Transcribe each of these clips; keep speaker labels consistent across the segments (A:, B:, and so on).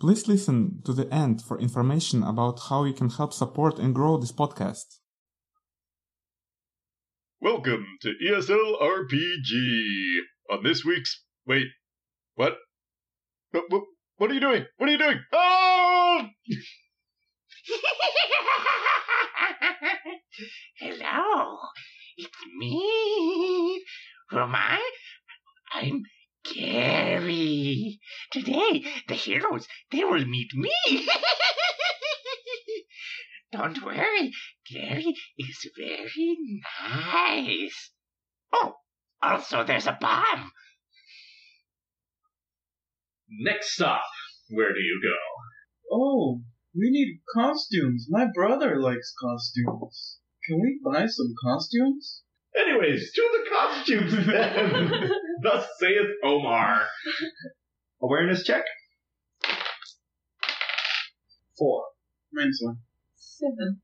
A: Please listen to the end for information about how you can help support and grow this podcast.
B: Welcome to E ESL RPG. On this week's wait, what? What, what, what are you doing? What are you doing? Oh!
C: Hello, it's me. Who am I? I'm Gary. Today, the heroes they will meet me. Don't worry, Gary is very nice. Oh, also there's a bomb.
D: Next stop, where do you go?
E: Oh, we need costumes. My brother likes costumes. Can we buy some costumes?
D: Anyways, to the costumes then. Thus saith Omar. Awareness check. Four.
E: Minus one.
F: Seven.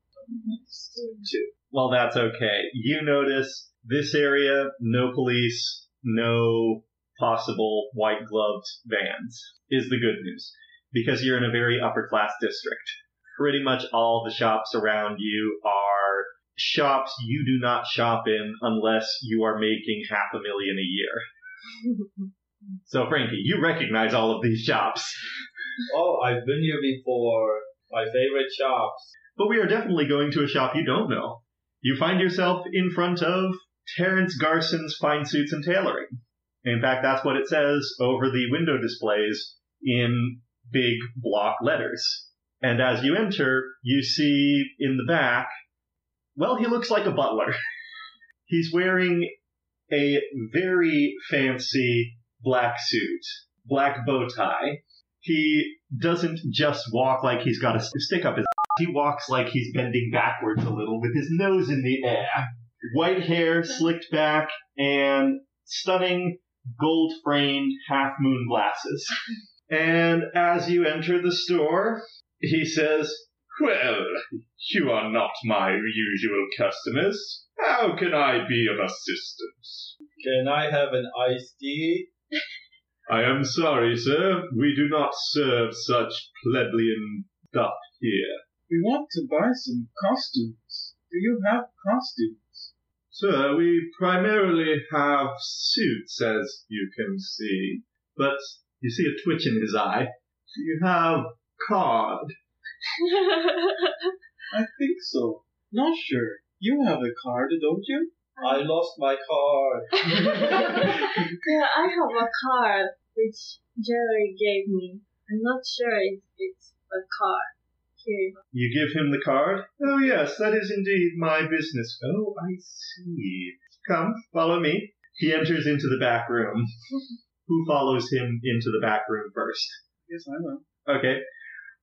D: Well, that's okay. You notice this area, no police, no possible white gloved vans is the good news. Because you're in a very upper class district. Pretty much all the shops around you are shops you do not shop in unless you are making half a million a year. So, Frankie, you recognize all of these shops.
G: Oh, I've been here before. My favorite shops.
D: But we are definitely going to a shop you don't know. You find yourself in front of Terrence Garson's Fine Suits and Tailoring. In fact, that's what it says over the window displays in big block letters. And as you enter, you see in the back, well, he looks like a butler. He's wearing a very fancy black suit, black bow tie. He doesn't just walk like he's got a stick up his he walks like he's bending backwards a little with his nose in the air. White hair slicked back and stunning gold framed half moon glasses. And as you enter the store, he says, Well, you are not my usual customers. How can I be of assistance?
G: Can I have an iced tea?
B: I am sorry, sir. We do not serve such plebeian stuff here.
E: We want to buy some costumes. Do you have costumes?
B: Sir, we primarily have suits, as you can see. But
D: You see a twitch in his eye.
B: you have card.
E: I think so. Not sure. You have a card, don't you?
G: I lost my card.
F: yeah, I have a card which Jerry gave me. I'm not sure if it's a card. Here.
D: You give him the card. Oh, yes, that is indeed my business. Oh, I see. Come, follow me. He enters into the back room. Who follows him into the back room first?
E: Yes, I will.
D: Okay.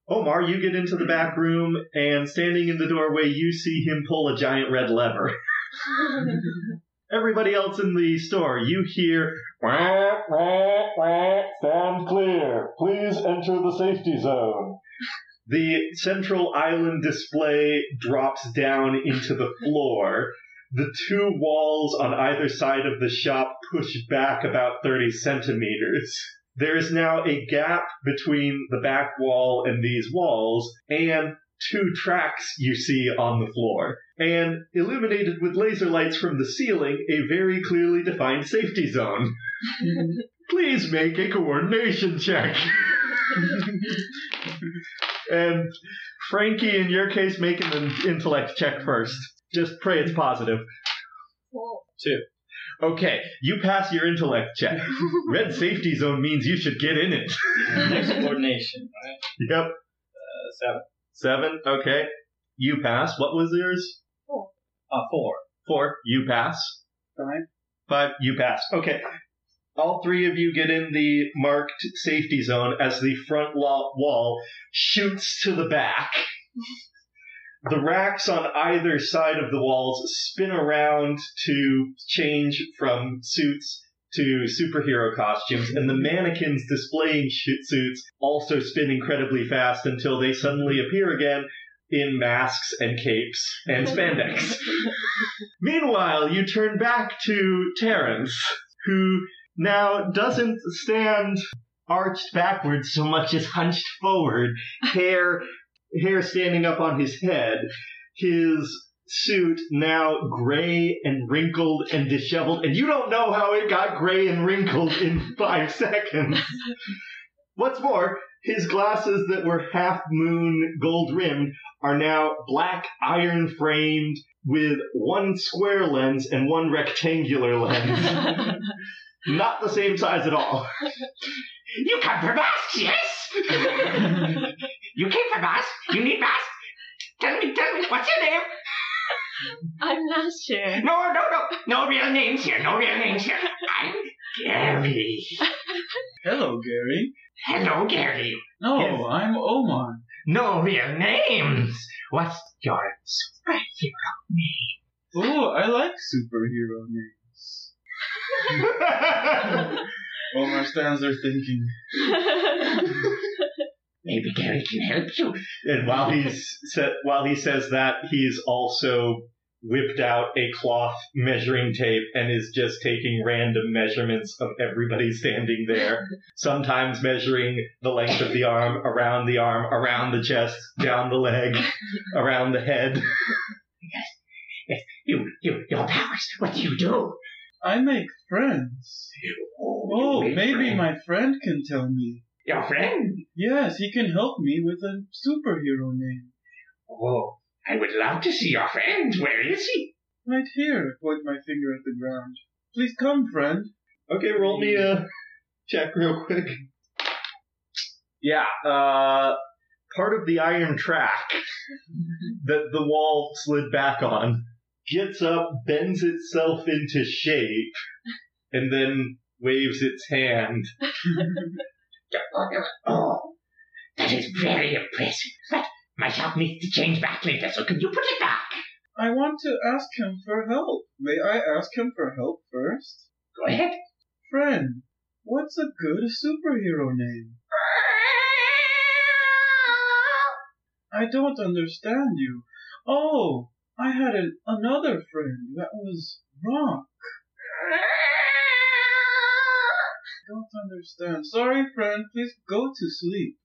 D: Omar, you get into the back room, and standing in the doorway, you see him pull a giant red lever. Everybody else in the store, you hear, "Wah, wah, wah, stand clear. Please enter the safety zone. The central island display drops down into the floor. The two walls on either side of the shop push back about 30 centimeters. There is now a gap between the back wall and these walls, and two tracks you see on the floor. And illuminated with laser lights from the ceiling, a very clearly defined safety zone. Please make a coordination check. and Frankie, in your case, make an intellect check first. Just pray it's positive.
F: Well,
D: Okay, you pass your intellect check. Red safety zone means you should get in it.
G: Next coordination, right?
D: Yep.
G: Uh, seven.
D: Seven. Okay. You pass. What was yours?
G: Uh, four.
D: Four. You pass.
E: Fine.
D: Five. You pass. Okay. All three of you get in the marked safety zone as the front lo- wall shoots to the back. The racks on either side of the walls spin around to change from suits to superhero costumes, and the mannequins displaying shoot suits also spin incredibly fast until they suddenly appear again in masks and capes and spandex. Meanwhile, you turn back to Terrence, who now doesn't stand arched backwards so much as hunched forward, hair hair standing up on his head, his suit now gray and wrinkled and disheveled, and you don't know how it got gray and wrinkled in five seconds. What's more, his glasses that were half moon gold rimmed are now black iron framed with one square lens and one rectangular lens. Not the same size at all.
C: You come from us, yes? you came from us. You need us. Tell me, tell me, what's your name?
F: I'm not sure.
C: No, no, no. No real names here. No real names here. I'm Gary.
E: Hello, Gary.
C: Hello, Gary.
E: No,
C: Yes.
E: I'm Oman.
C: No real names. What's your superhero name?
E: Oh, I like superhero names. Omar stands there thinking.
C: Maybe Gary can help you.
D: And while he's sa- while he says that, he's also whipped out a cloth measuring tape and is just taking random measurements of everybody standing there. Sometimes measuring the length of the arm, around the arm, around the chest, down the leg, around the head.
C: You, you, your powers. What do you do?
E: I make friends. Oh, maybe my friend can tell me.
C: your friend.
E: Yes, he can help me with a superhero name.
C: Oh, I would love to see your friend. Where is he?
E: Right here, I point my finger at the ground. Please come, friend.
D: Okay, roll me a check real quick. Yeah, uh, part of the iron track that the wall slid back on gets up, bends itself into shape, and then waves its hand.
C: Oh, that is very impressive. But my shop needs to change back later, so can you put it back?
E: I want to ask him for help. May I ask him for help first?
C: Go ahead.
E: Friend, what's a good superhero name? I don't understand you. Oh, I had an, another friend that was Rock. I don't understand. Sorry, friend. Please go to sleep.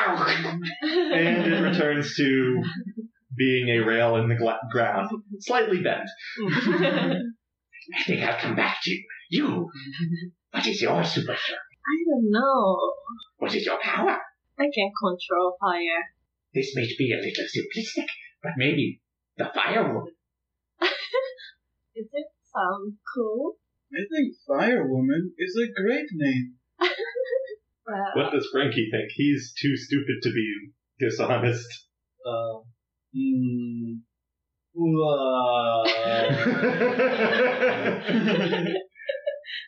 D: And it returns to being a rail in the gla- ground, slightly bent.
C: I think I'll come back to you. You. What is your superpower?
F: I don't know.
C: What is your power?
F: I can control fire.
C: This may be a little simplistic, but maybe the fire woman.
F: Does it sound cool?
E: I think Fire Woman is a great name.
F: Well,
D: What does Frankie think? He's too stupid to be dishonest.
G: Uh, hmm. Wow.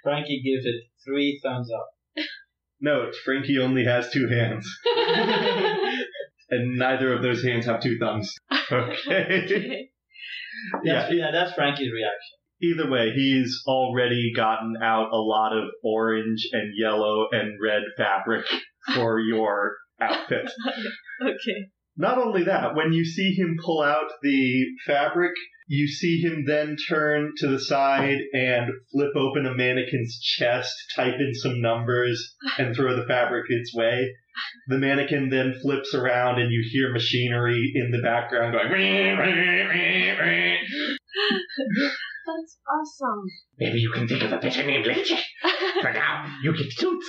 G: Frankie gives it three thumbs up.
D: Note, Frankie only has two hands. and neither of those hands have two thumbs. Okay.
G: That's, yeah. that's Frankie's reaction.
D: Either way, he's already gotten out a lot of orange and yellow and red fabric for your outfit.
F: okay.
D: Not only that, when you see him pull out the fabric, you see him then turn to the side and flip open a mannequin's chest, type in some numbers, and throw the fabric its way. The mannequin then flips around and you hear machinery in the background going,
F: That's awesome.
C: Maybe you can think of a better name later. For now, you get suits.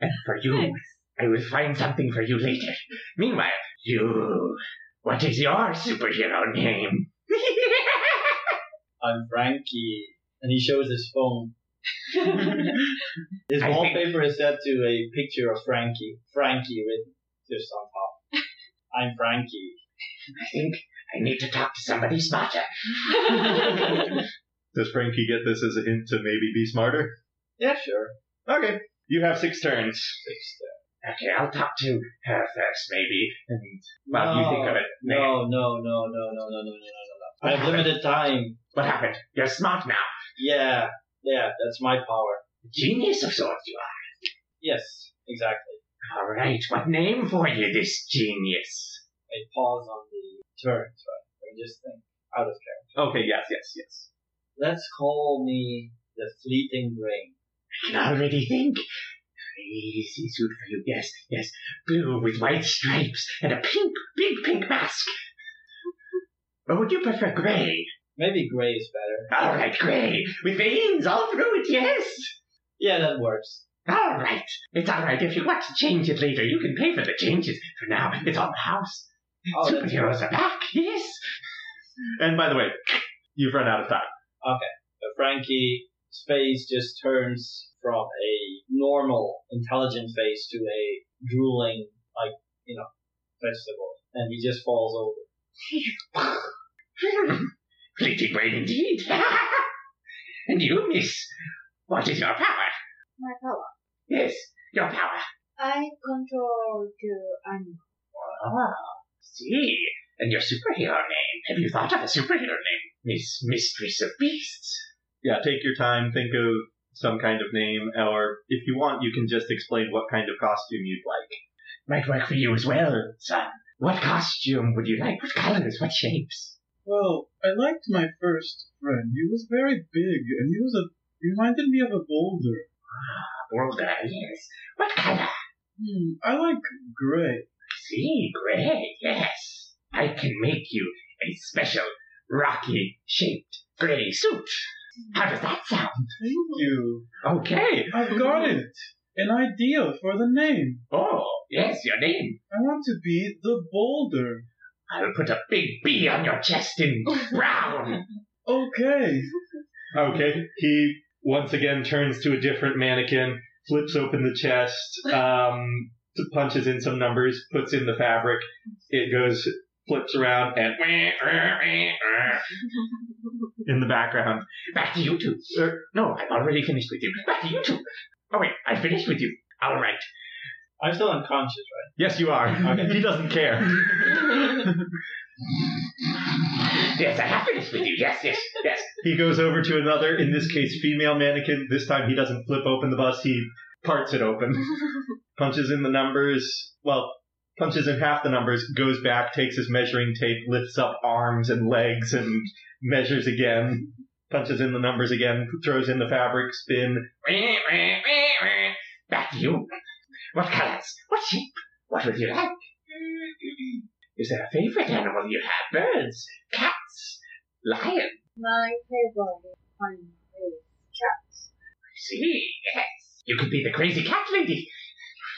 C: and for you, I will find something for you later. Meanwhile, you. What is your superhero name?
G: I'm Frankie. And he shows his phone. His
C: I think-
G: wallpaper is set to a picture of Frankie. Frankie written just on top. I'm Frankie.
C: I think I need to talk to somebody smarter.
D: Does Frankie get this as a hint to maybe be smarter?
G: Yeah, sure.
D: Okay. You have six turns.
G: Fix that.
C: Okay, I'll talk to her first, maybe. And, well, you think of it. Maybe.
G: No, no, no, no, no, no, no, no, no, no. I have limited time.
C: What happened? You're smart now.
G: Yeah, yeah, that's my power.
C: Genius of sorts you are.
G: Yes, exactly.
C: All right, what name for you, this genius?
G: I pause on the turns, right? Let me just think. Out of character.
D: Okay, yes, yes, yes.
G: Let's call me the Fleeting Ring.
C: I can already think. Crazy suit for you. Yes, yes. Blue with white stripes and a pink, big pink mask. Or would you prefer gray?
G: Maybe gray is better.
C: All right, gray. With veins all through it, yes.
G: Yeah, that works.
C: All right. It's all right. If you want to change it later, you can pay for the changes. For now, it's on the house.
G: Oh, that's-
C: Superheroes are back, yes.
D: And by the way, you've run out of time.
G: But Frankie's face just turns from a normal, intelligent face to a drooling, like, you know, vegetable. And he just falls over.
C: Hmm. Fleeting brain indeed. and you, miss, what is your power?
F: My power.
C: Yes, your power.
F: I control the animal.
C: Oh, see. And your superhero name. Have you thought of a superhero name, Miss Mistress of Beasts?
D: yeah, take your time, think of some kind of name, or if you want, you can just explain what kind of costume you'd like.
C: Might work for you as well, son. What costume would you like? What colors? What shapes?
E: Well, I liked my first friend. He was very big, and he was a he reminded me of a boulder.
C: Border, yes. What color?
E: Hmm, I like gray.
C: See, gray, yes. I can make you a special rocky shaped gray suit. How does that sound?
E: Thank you.
C: Okay.
E: I've got it. An idea for the name.
C: Oh, yes, your name.
E: I want to be the boulder.
C: I will put a big B on your chest in brown.
E: Okay.
D: Okay, he once again turns to a different mannequin, flips open the chest, um, punches in some numbers, puts in the fabric, it goes, flips around, and in the background.
C: Back to you two. Er, no, I've already finished with you. Back to you two. Oh, wait, I finished with you. All right.
G: I'm still unconscious,
D: Yes, you are.
G: Okay.
D: He doesn't care.
C: Yes, I have finished with you. Yes, yes, yes.
D: He goes over to another, in this case, female mannequin. This time he doesn't flip open the bus, he parts it open. punches in the numbers, well, punches in half the numbers, goes back, takes his measuring tape, lifts up arms and legs and measures again, punches in the numbers again, throws in the fabric, spin.
C: Back to you. What colors? What shape? What would you like? Is there a favorite animal you have? Birds, cats, lions.
F: My favorite animal is cat.
C: I see. Yes. You could be the crazy cat lady.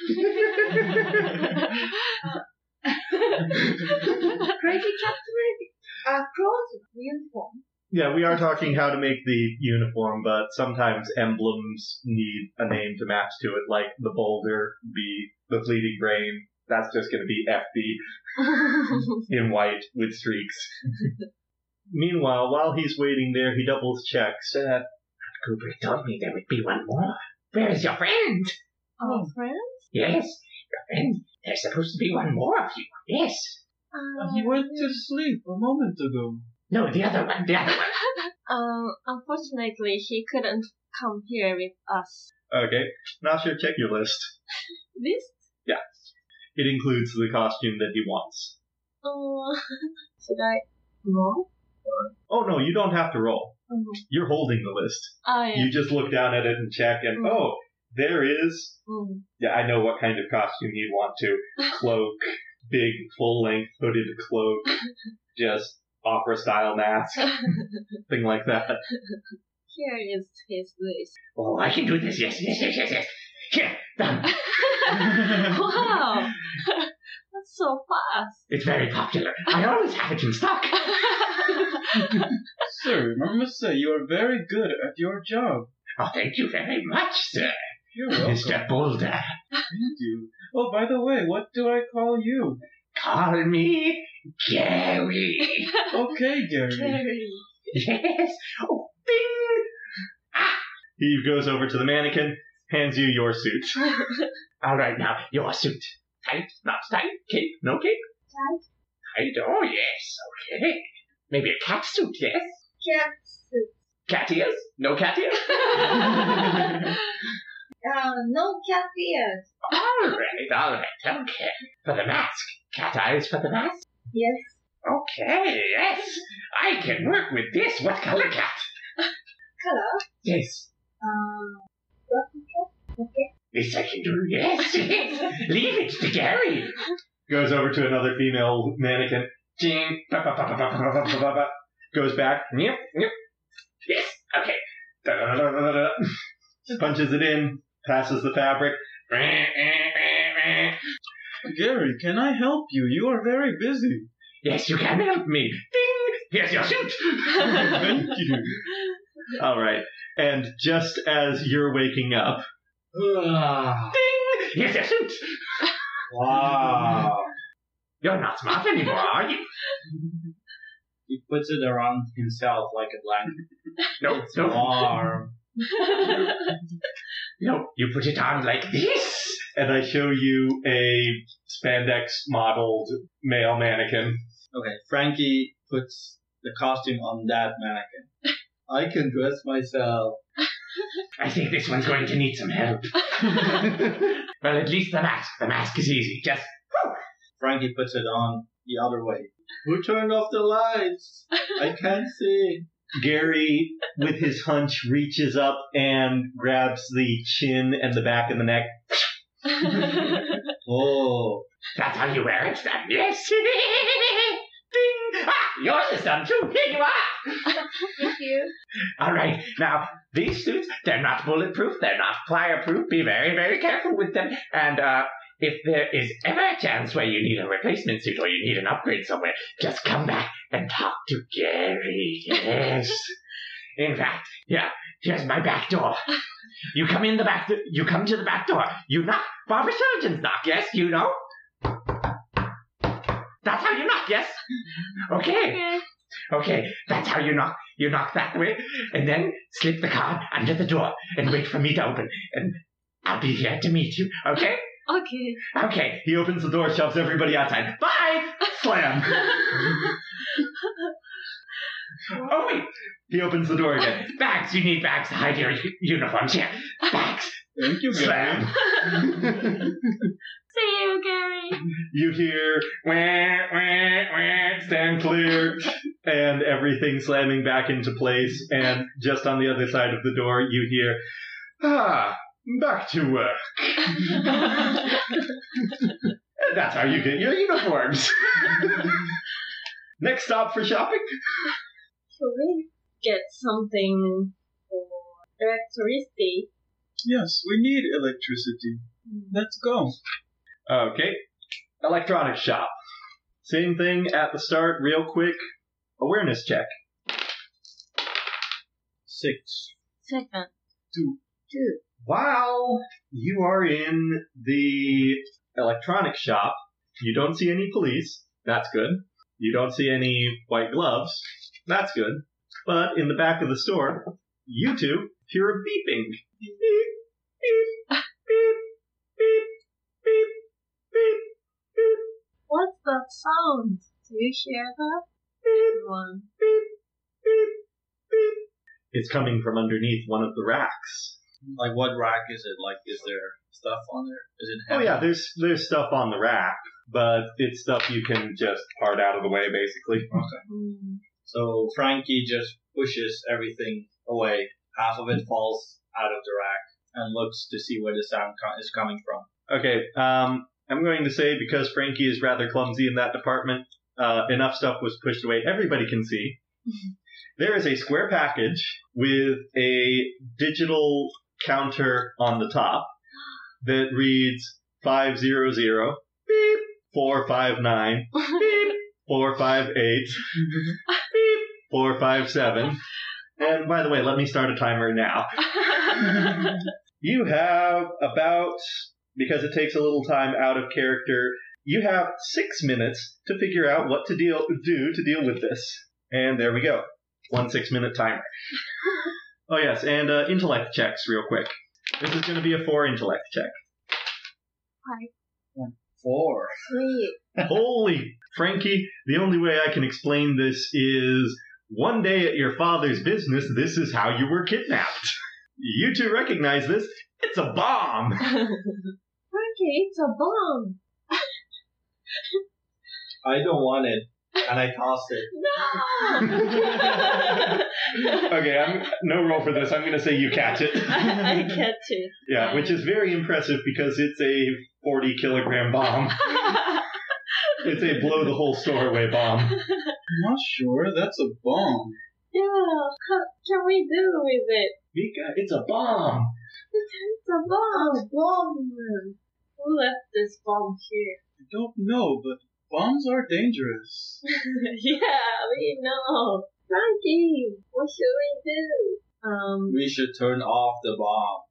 F: Crazy cat lady. A clothes uniform.
D: Yeah, we are talking how to make the uniform, but sometimes emblems need a name to match to it, like the boulder, be the bleeding brain. That's just going to be FB. in white with streaks. Meanwhile, while he's waiting there, he doubles checks. Uh,
C: Kubrick told me there would be one more. Where is your friend?
F: Our friend?
C: Yes, your friend. There's supposed to be one more of you. Yes.
F: Uh,
E: He
F: Oh,
E: went to sleep a moment ago.
C: No, the other one. The other one.
F: Um, unfortunately, he couldn't come here with us.
D: okay, now sure, check your list.
F: This?
D: It includes the costume that he wants.
F: Uh, should I roll?
D: Oh no, you don't have to roll.
F: Mhm.
D: You're holding the list.
F: Oh, yeah.
D: You just look down at it and check, and
F: Mm.
D: oh, there is.
F: Mm.
D: Yeah, I know what kind of costume he'd want to. Cloak, big full length hooded cloak, just opera style mask, thing like that.
F: Here is his list.
C: Oh, I can do this. Yes, yes, yes, yes, yes. Here, done.
F: wow! That's so fast.
C: It's very popular. I always have it in stock.
E: Sir, I must say you are very good at your job.
C: Oh, thank you very much, sir.
E: You're welcome.
C: Mr. Boulder.
E: Thank you. Oh, by the way, what do I call you?
C: Call me Gary.
E: Okay, Gary.
F: Very.
C: yes. Oh, bing.
D: He goes over to the mannequin, hands you your suit.
C: All right, now your suit. Tight, not tight. Cape, no cape.
F: Tight.
C: Tight. Oh yes. Okay. Maybe a cat suit. Yes.
F: Cat suit.
C: Cat ears. No cat ears.
F: uh, no cat ears.
C: all right. All right. Okay. For the mask. Cat eyes for the mask.
F: Yes.
C: Okay. Yes. I can work with this. What color cat?
F: Color.
C: Yes.
F: Uh,
C: This I can do. Yes, yes. Leave it to Gary.
D: Goes over to another female mannequin. Ching, ba, ba, ba, ba, ba, ba, ba, ba, ba, ba. Goes back. Yep, yep.
C: Yes. Okay.
D: Da, da, da, da, da, da. Punches it in. Passes the fabric.
E: Gary, can I help you? You are very busy.
C: Yes, you can help me. Ding. Here's your suit.
D: Thank you. All right. And just as you're waking up,
C: Ding. Here's your suit.
G: wow.
C: You're not smart anymore, are you?
G: He puts it around himself like a blanket.
C: No,
D: Oh.
G: It's
C: no,
G: warm.
C: no. You put it on like this.
D: and I show you a spandex modeled male mannequin.
G: Okay, Frankie puts the costume on that mannequin. I can dress myself.
C: I think this one's going to need some help. well, at least the mask. The mask is easy. Just
G: Frankie puts it on the other way. Who turned off the lights? I can't see.
D: Gary, with his hunch, reaches up and grabs the chin and the back of the neck.
G: Oh.
C: That's how you wear it, then. Yes. Ding. Ah, yours is done too. Here you are.
F: Thank you.
C: All right. Now these suits, they're not bulletproof. They're not fireproof. Be very, very careful with them. And uh, if there is ever a chance where you need a replacement suit or you need an upgrade somewhere, just come back and talk to Gary. Yes. In fact, yeah. Here's my back door. You come in the back. Do- you come to the back door. You knock. Barber surgeons knock. Yes, you know. That's how you knock. Yes. Okay.
F: Okay.
C: Okay, that's how you knock. You knock that way, and then slip the card under the door and wait for me to open, and I'll be here to meet you. Okay?
F: Okay.
C: Okay.
D: He opens the door, shoves everybody outside.
C: Bye! Slam! Oh, wait!
D: He opens the door again.
C: Bags! You need bags to hide your u- uniforms here. Bags!
E: Thank you, Gary.
C: Slam!
F: See you, Gary.
D: You hear
C: Wah, wah, wah.
D: stand clear and everything slamming back into place. And just on the other side of the door, you hear, ah, back to work. And that's how you get your uniforms. Next stop for shopping.
F: Should we get something for electricity?
E: Yes, we need electricity. Let's go.
D: Okay. Electronics shop. Same thing at the start, real quick. Awareness check.
G: Six.
F: Second.
E: Two.
F: Two.
D: While you are in the electronics shop, you don't see any police. That's good. You don't see any white gloves. That's good. But in the back of the store, you two hear a beeping. Beep, beep, beep, beep, beep, beep, beep.
F: What's that sound? Do you hear that? Everyone.
D: It's coming from underneath one of the racks.
G: Like, what rack is it? Like, is there stuff on there? Is it
D: Oh
G: heavy?
D: yeah, there's there's stuff on the rack, but it's stuff you can just part out of the way, basically.
F: Mm.
G: So Frankie just pushes everything away. Half of it falls out of the rack and looks to see where the sound co- is coming from.
D: Okay, um, I'm going to say because Frankie is rather clumsy in that department, uh, enough stuff was pushed away. Everybody can see. There is a square package with a digital counter on the top that reads five zero zero beep four five nine beep four five eight beep four five seven. And by the way, let me start a timer now. You have about, because it takes a little time out of character, you have six minutes to figure out what to deal do to deal with this. And there we go. One six minute timer. oh, yes, and uh, intellect checks real quick. This is going to be a four intellect check.
G: Four.
F: Three.
D: Holy Frankie, the only way I can explain this is one day at your father's business, this is how you were kidnapped. You two recognize this. It's a bomb.
F: Frankie, it's a bomb.
G: I don't want it. and I tossed it.
F: No!
D: Okay, I'm no roll for this. I'm going to say you catch it.
F: I, I catch it.
D: yeah, which is very impressive because it's a 40 kilogram bomb. It's a blow the whole store away bomb.
E: not sure. That's a bomb.
F: yeah, what can we do with it?
D: Mika, it's a bomb.
F: It's a bomb. bomb. Who left this bomb here?
E: I don't know, but bombs are dangerous.
F: yeah, we know. Frankie, what should we do? Um,
G: We should turn off the bomb,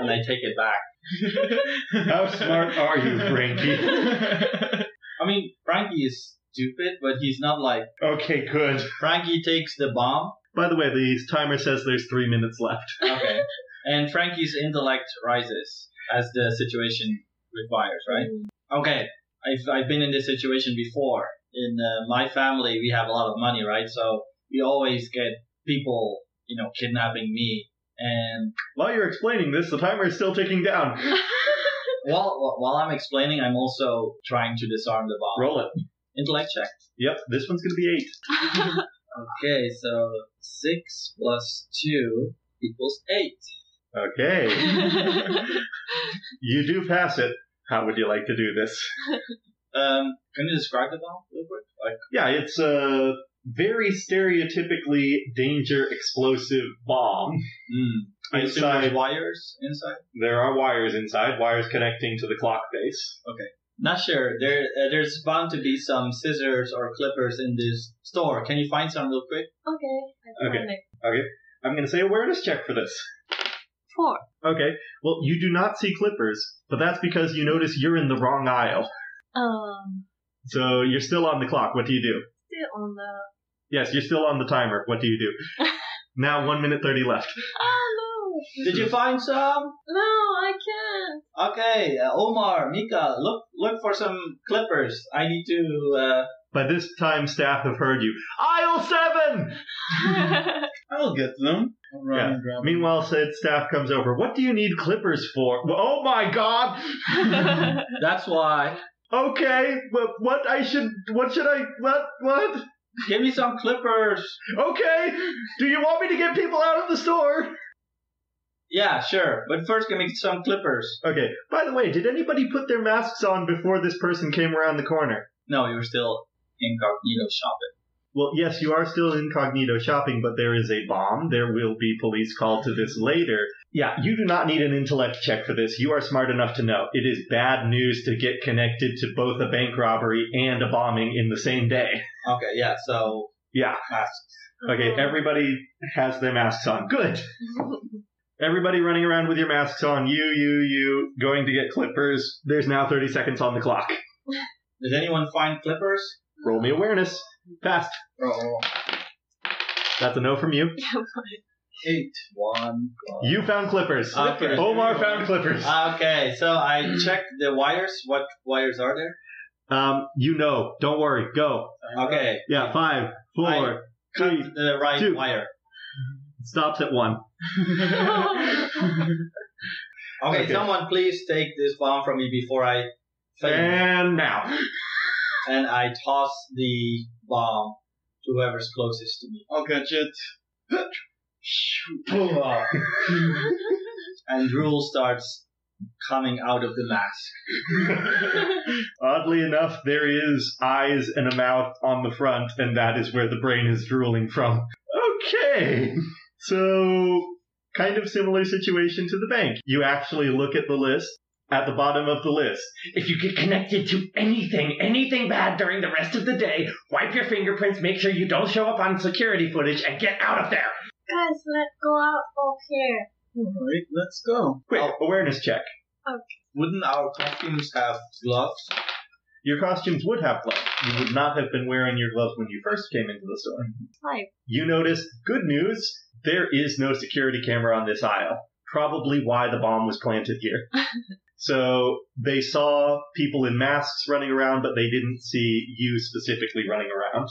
G: and I take it back.
D: How smart are you, Frankie?
G: I mean, Frankie is stupid, but he's not like
D: Okay, good.
G: Frankie takes the bomb.
D: By the way, the timer says there's three minutes left.
G: Okay, and Frankie's intellect rises as the situation requires, right? Okay, I've I've been in this situation before. In uh, my family, we have a lot of money, right? So we always get people, you know, kidnapping me. And
D: While you're explaining this, the timer is still ticking down.
F: hmm.
G: while while I'm explaining, I'm also trying to disarm the bomb.
D: Roll it.
G: Intellect check.
D: Yep, this one's going to be eight.
G: Okay, so six plus two equals eight.
D: Okay, you do pass it. How would you like to do this?
G: Um, can you describe the bomb real quick? Like,
D: Yeah, it's a very stereotypically danger explosive bomb.
G: I assume there's
D: Hmm. Inside-
G: wires inside.
D: There are wires inside, wires connecting to the clock base.
G: Not sure. There, uh, there's bound to be some scissors or clippers in this store. Can you find some real quick?
F: okay, I
D: Okay.
F: found it.
D: I'm going to say awareness check for this.
F: Four.
D: Okay, well, you do not see clippers, but that's because you notice you're in the wrong aisle.
F: Um,
D: So you're still on the clock. What do you do?
F: still on the.
D: Yes, you're still on the timer. What do you do? now one minute thirty left.
F: Oh
G: Did you find some?
F: no! No, I can't.
G: Okay, uh, Omar, Mika, look, look for some clippers. I need to. Uh,
D: By this time, staff have heard you. Aisle seven.
E: I'll get them. I'll run
D: Yeah.
E: and grab them.
D: Meanwhile, said staff comes over. What do you need clippers for? Well, oh my God.
G: that's why.
D: Okay. Well, what I should? What should I? What? What?
G: Give me some clippers.
D: Okay. Do you want me to get people out of the store?
G: Yeah, sure. But first, give me some clippers.
D: Okay. By the way, did anybody put their masks on before this person came around the corner?
G: No, you were still incognito shopping.
D: Well, yes, you are still incognito shopping, but there is a bomb. There will be police call to this later. Yeah, you do not need an intellect check for this. You are smart enough to know it is bad news to get connected to both a bank robbery and a bombing in the same day.
G: Okay, yeah. So
D: Yeah.
G: masks.
D: Okay,
F: Oh.
D: everybody has their masks on. Good. Everybody running around with your masks on. You, you, you, going to get clippers. There's now 30 seconds on the clock.
G: Did anyone find clippers?
D: Roll me awareness. Fast.
G: Oh,
D: That's a no from you.
G: eight, one. one.
D: You found clippers.
G: Okay.
D: Omar found clippers.
G: Okay, so I checked the wires. What wires are there?
D: Um, you know. Don't worry. Go.
G: Okay,
D: Yeah, five, four,
G: cut
D: three.
G: the right
D: two.
G: wire.
D: Stops at one.
G: Okay,
D: Okay.
G: someone please take this bomb from me before I fail.
D: And now.
G: And I toss the bomb to whoever's closest to me.
E: I'll catch it.
G: And Drool starts coming out of the mask.
D: Oddly enough, there is eyes and a mouth on the front, and that is where the brain is drooling from. Okay. So, kind of similar situation to the bank. You actually look at the list. At the bottom of the list.
C: If you get connected to anything, anything bad during the rest of the day, wipe your fingerprints, make sure you don't show up on security footage, and get out of there.
F: Guys, let's go out of here.
E: Alright, let's go.
D: Quick, awareness check.
G: Wouldn't our costumes have gloves?
D: Your costumes would have gloves. You would not have been wearing your gloves when you first came into the store.
F: Five.
D: You notice, good news, there is no security camera on this aisle. Probably why the bomb was planted here. so they saw Uh, people in masks running around, but they didn't see you specifically running around.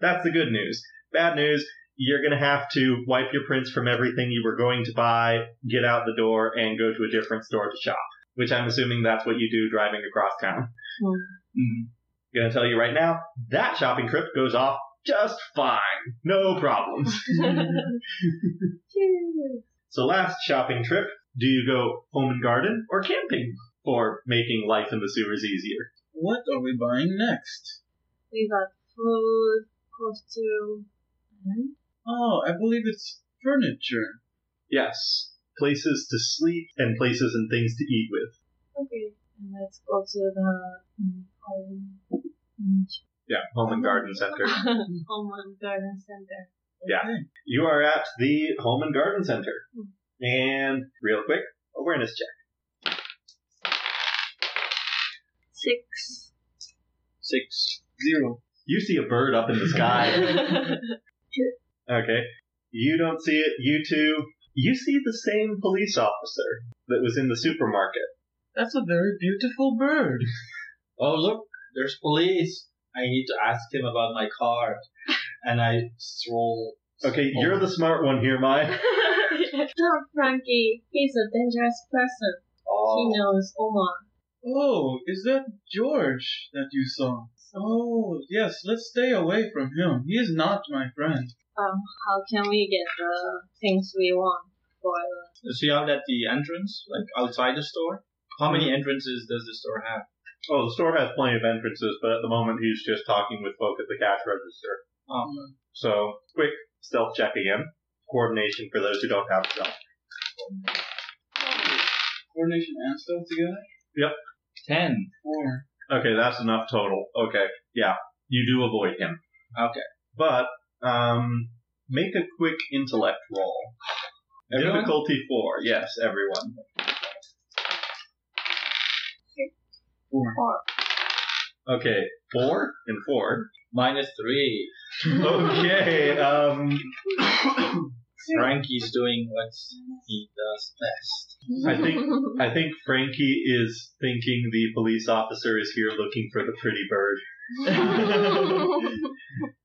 D: That's the good news. Bad news, you're going to have to wipe your prints from everything you were going to buy, get out the door, and go to a different store to shop. Which I'm assuming that's what you do driving across town.
G: Mm.
D: Mm-hmm. Gonna tell you right now, that shopping trip goes off just fine. No problems.
F: Phew.
D: So last shopping trip, do you go home and garden or camping for making life in the sewers easier?
E: What are we buying next?
F: we got food, costume, and
E: Oh, I believe it's furniture.
D: Yes. Places to sleep and places and things to eat with.
F: okay. And let's go to the mm, home and
D: Yeah, home and garden center.
F: home and garden center.
D: Yeah.
E: Okay.
D: You are at the home and garden center.
F: Hmm.
D: And real quick, awareness check.
F: Six.
G: Six. Zero.
D: You see a bird up in the sky. Okay. You don't see it. You two. You see the same police officer that was in the supermarket.
E: That's a very beautiful bird.
G: Oh look, there's police. I need to ask him about my car. And I stroll. Oh.
D: Okay, you're the smart one here, Mai.
F: Not Frankie. He's a dangerous person.
G: Oh.
F: He knows Omar.
E: Oh, is that George that you saw? Oh, yes, let's stay away from him. He is not my friend.
F: Um, how can we get the things we want for the
G: Is he out at the entrance, like outside the store? How many entrances does the store have?
D: Mm-hmm. Oh, the store has plenty of entrances, but at the moment he's just talking with folk at the cash register.
G: Oh,
D: So, quick stealth check again. Coordination for those who don't have stealth.
E: Coordination and stuff together?
G: ten.
E: Or
D: Okay, that's enough total. Okay, yeah, you do avoid him.
G: Okay.
D: But, um, make a quick intellect roll.
G: Everyone?
D: Difficulty four, yes, everyone.
F: or
D: Okay, four and four.
G: Minus three.
D: Okay, um,
G: Frankie's doing what he does best.
D: I think- I think Frankie is thinking the police officer is here looking for the pretty bird.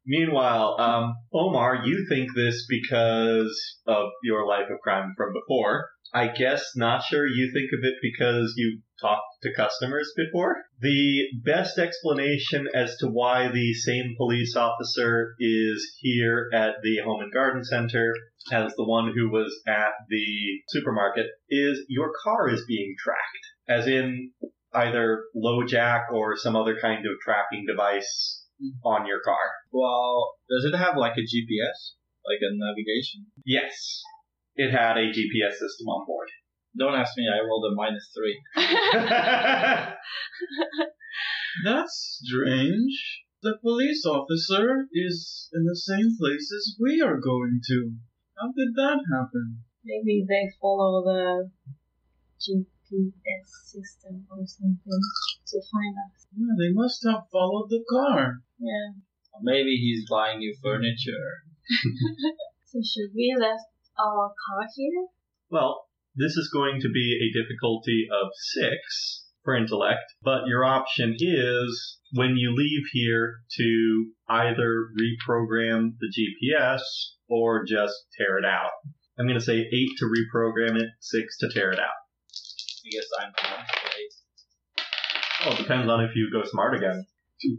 D: Meanwhile, um, Omar, you think this because of your life of crime from before. I guess not sure you think of it because you talked to customers before. The best explanation as to why the same police officer is here at the Home and Garden Center as the one who was at the supermarket is your car is being tracked. As in either low jack or some other kind of tracking device on your car.
G: Well, does it have like a GPS, like a navigation?
D: Yes. It had a GPS system on board.
G: Don't ask me. I rolled a minus three.
E: that's strange. The police officer is in the same place as we are going to. How did that happen?
F: Maybe they follow the GPS system or something to find us.
E: Yeah, they must have followed the car.
F: Yeah.
G: Maybe he's buying new furniture.
F: So should we left our car here?
D: well, this is going to be a difficulty of six for intellect, but your option is when you leave here to either reprogram the GPS or just tear it out. I'm going to say eight to reprogram it, six to tear it out.
G: I guess I'm minus eight.
D: Well, it depends on if you go smart again.
F: Two,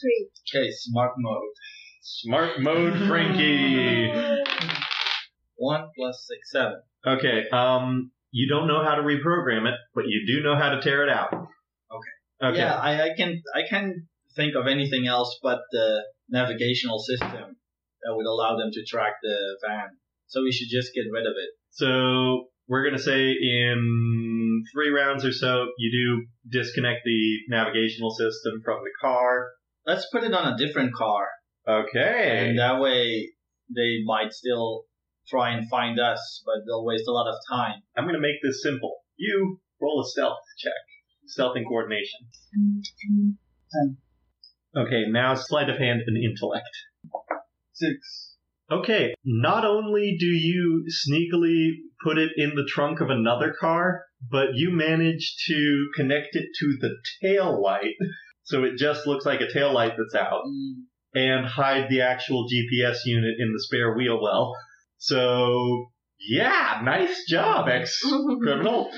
F: three.
G: Okay, smart mode.
D: Smart mode, Frankie!
G: One plus six, seven.
D: Okay. Um, you don't know how to reprogram it, but you do know how to tear it out. Okay. Okay.
G: Yeah, I, I can I can think of anything else but the navigational system that would allow them to track the van. So we should just get rid of it.
D: So we're gonna say in three rounds or so, you do disconnect the navigational system from the car.
G: Let's put it on a different car,
D: Okay.
G: and that way they might still try and find us, but they'll waste a lot of time.
D: I'm gonna make this simple. You roll a stealth check. Stealth and coordination. Okay, now sleight of hand and intellect.
E: Six.
D: Okay, not only do you sneakily put it in the trunk of another car, but you manage to connect it to the tail light, so it just looks like a tail light that's out,
E: Mm,
D: and hide the actual GPS unit in the spare wheel well. So, yeah, nice job, ex criminal.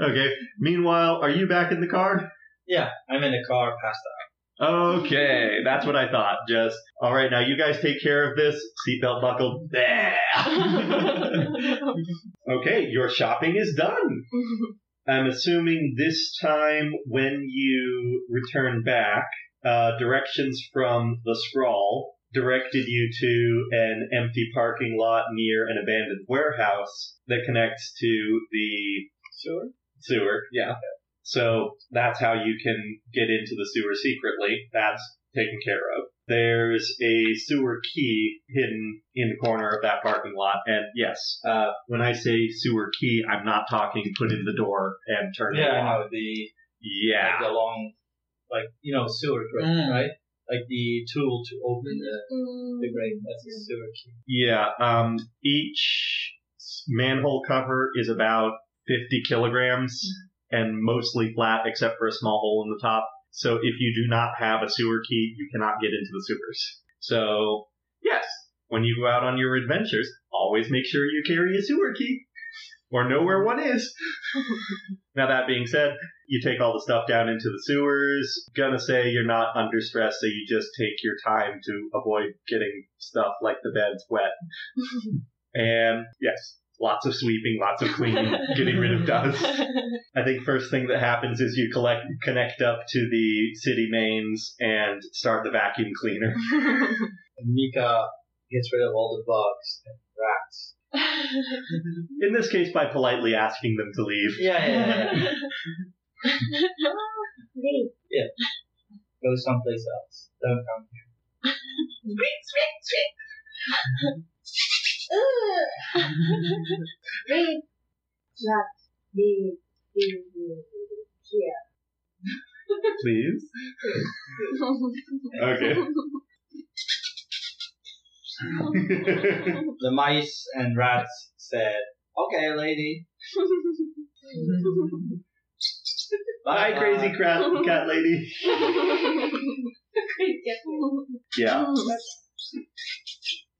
D: okay, meanwhile, are you back in the car?
G: Yeah, I'm in a car past that.
D: Okay, that's what I thought. Just all right. Now you guys take care of this. Seatbelt buckled. There. okay, your shopping is done. I'm assuming this time when you return back, uh, directions from the scrawl directed you to an empty parking lot near an abandoned warehouse that connects to the
G: Sure.
D: sewer. Yeah. So that's how you can get into the sewer secretly. That's taken care of. There's a sewer key hidden in the corner of that parking lot. And yes, uh, when I say sewer key, I'm not talking put in the door and turn
G: Yeah,
D: it
G: I
D: on.
G: know the
D: Yeah.
G: like the long, like you know, sewer grate,
E: Mm.
G: right? Like the tool to open the, the grate. That's the
F: Yeah.
G: sewer key.
D: Yeah. Um, each manhole cover is about 50 kilograms and mostly flat except for a small hole in the top. So if you do not have a sewer key, you cannot get into the sewers. So yes, when you go out on your adventures, always make sure you carry a sewer key or know where one is. now that being said, you take all the stuff down into the sewers. Gonna say you're not under stress, so you just take your time to avoid getting stuff like the beds wet. And yes, lots of sweeping, lots of cleaning, getting rid of dust. I think first thing that happens is you collect connect up to the city mains and start the vacuum cleaner.
G: And Mika gets rid of all the bugs and rats.
D: In this case, by politely asking them to leave.
G: Yeah, yeah, yeah. yeah.
F: Wait,
G: Go someplace else. Don't come here.
F: Ugh. They just leave me here.
D: Please. Okay.
G: The mice and rats said, "Okay, lady,
D: Bye, crazy cat, cat lady. Yeah.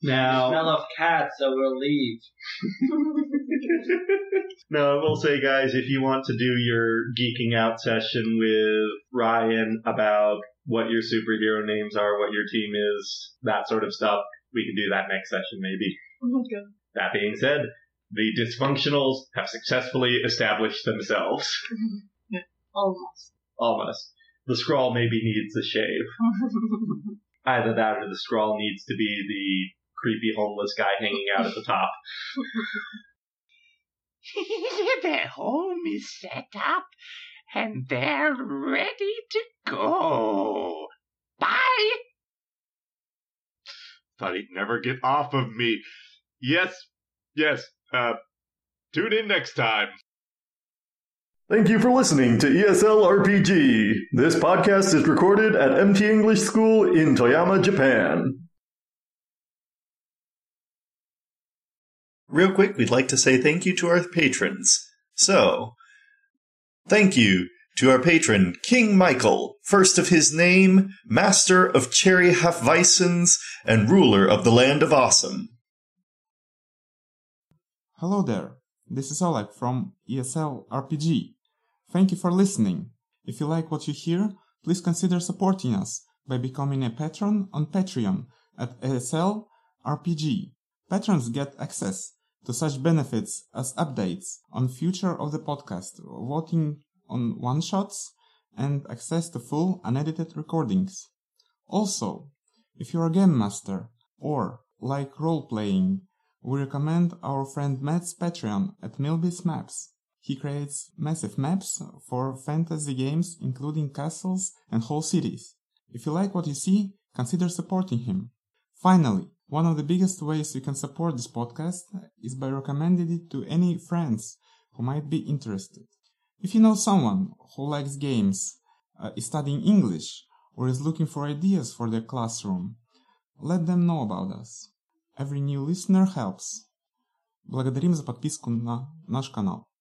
D: Now,
G: Smell of cats, so we'll leave."
D: now I will say, guys, if you want to do your geeking out session with Ryan about what your superhero names are, what your team is, that sort of stuff, we can do that next session maybe. That being said, the dysfunctionals have successfully established themselves.
F: Almost.
D: Almost. The scrawl maybe needs a shave. Either that or the scrawl needs to be the creepy homeless guy hanging out at the top.
H: the home is set up and they're ready to go. Bye!
B: Thought he'd never get off of me. Yes, yes. Uh, tune in next time.
I: Thank you for listening to E ESL RPG. This podcast is recorded at MT English School in Toyama, Japan.
J: Real quick, we'd like to say thank you to our patrons. So, thank you to our patron, King Michael, first of his name, master of Cherry Half-Weissens, and ruler of the land of awesome.
A: Hello there, this is Oleg from E ESL RPG. Thank you for listening. If you like what you hear, please consider supporting us by becoming a patron on Patreon at E ESL RPG. Patrons get access to such benefits as updates on future of the podcast, voting on one-shots, and access to full unedited recordings. Also, if you're a game master or like role-playing, we recommend our friend Matt's Patreon at Milby's Maps. He creates massive maps for fantasy games, including castles and whole cities. If you like what you see, consider supporting him. Finally, one of the biggest ways you can support this podcast is by recommending it to any friends who might be interested. If you know someone who likes games, uh, is studying English, or is looking for ideas for their classroom, let them know about us. Every new listener helps. Благодарим за подписку на наш канал.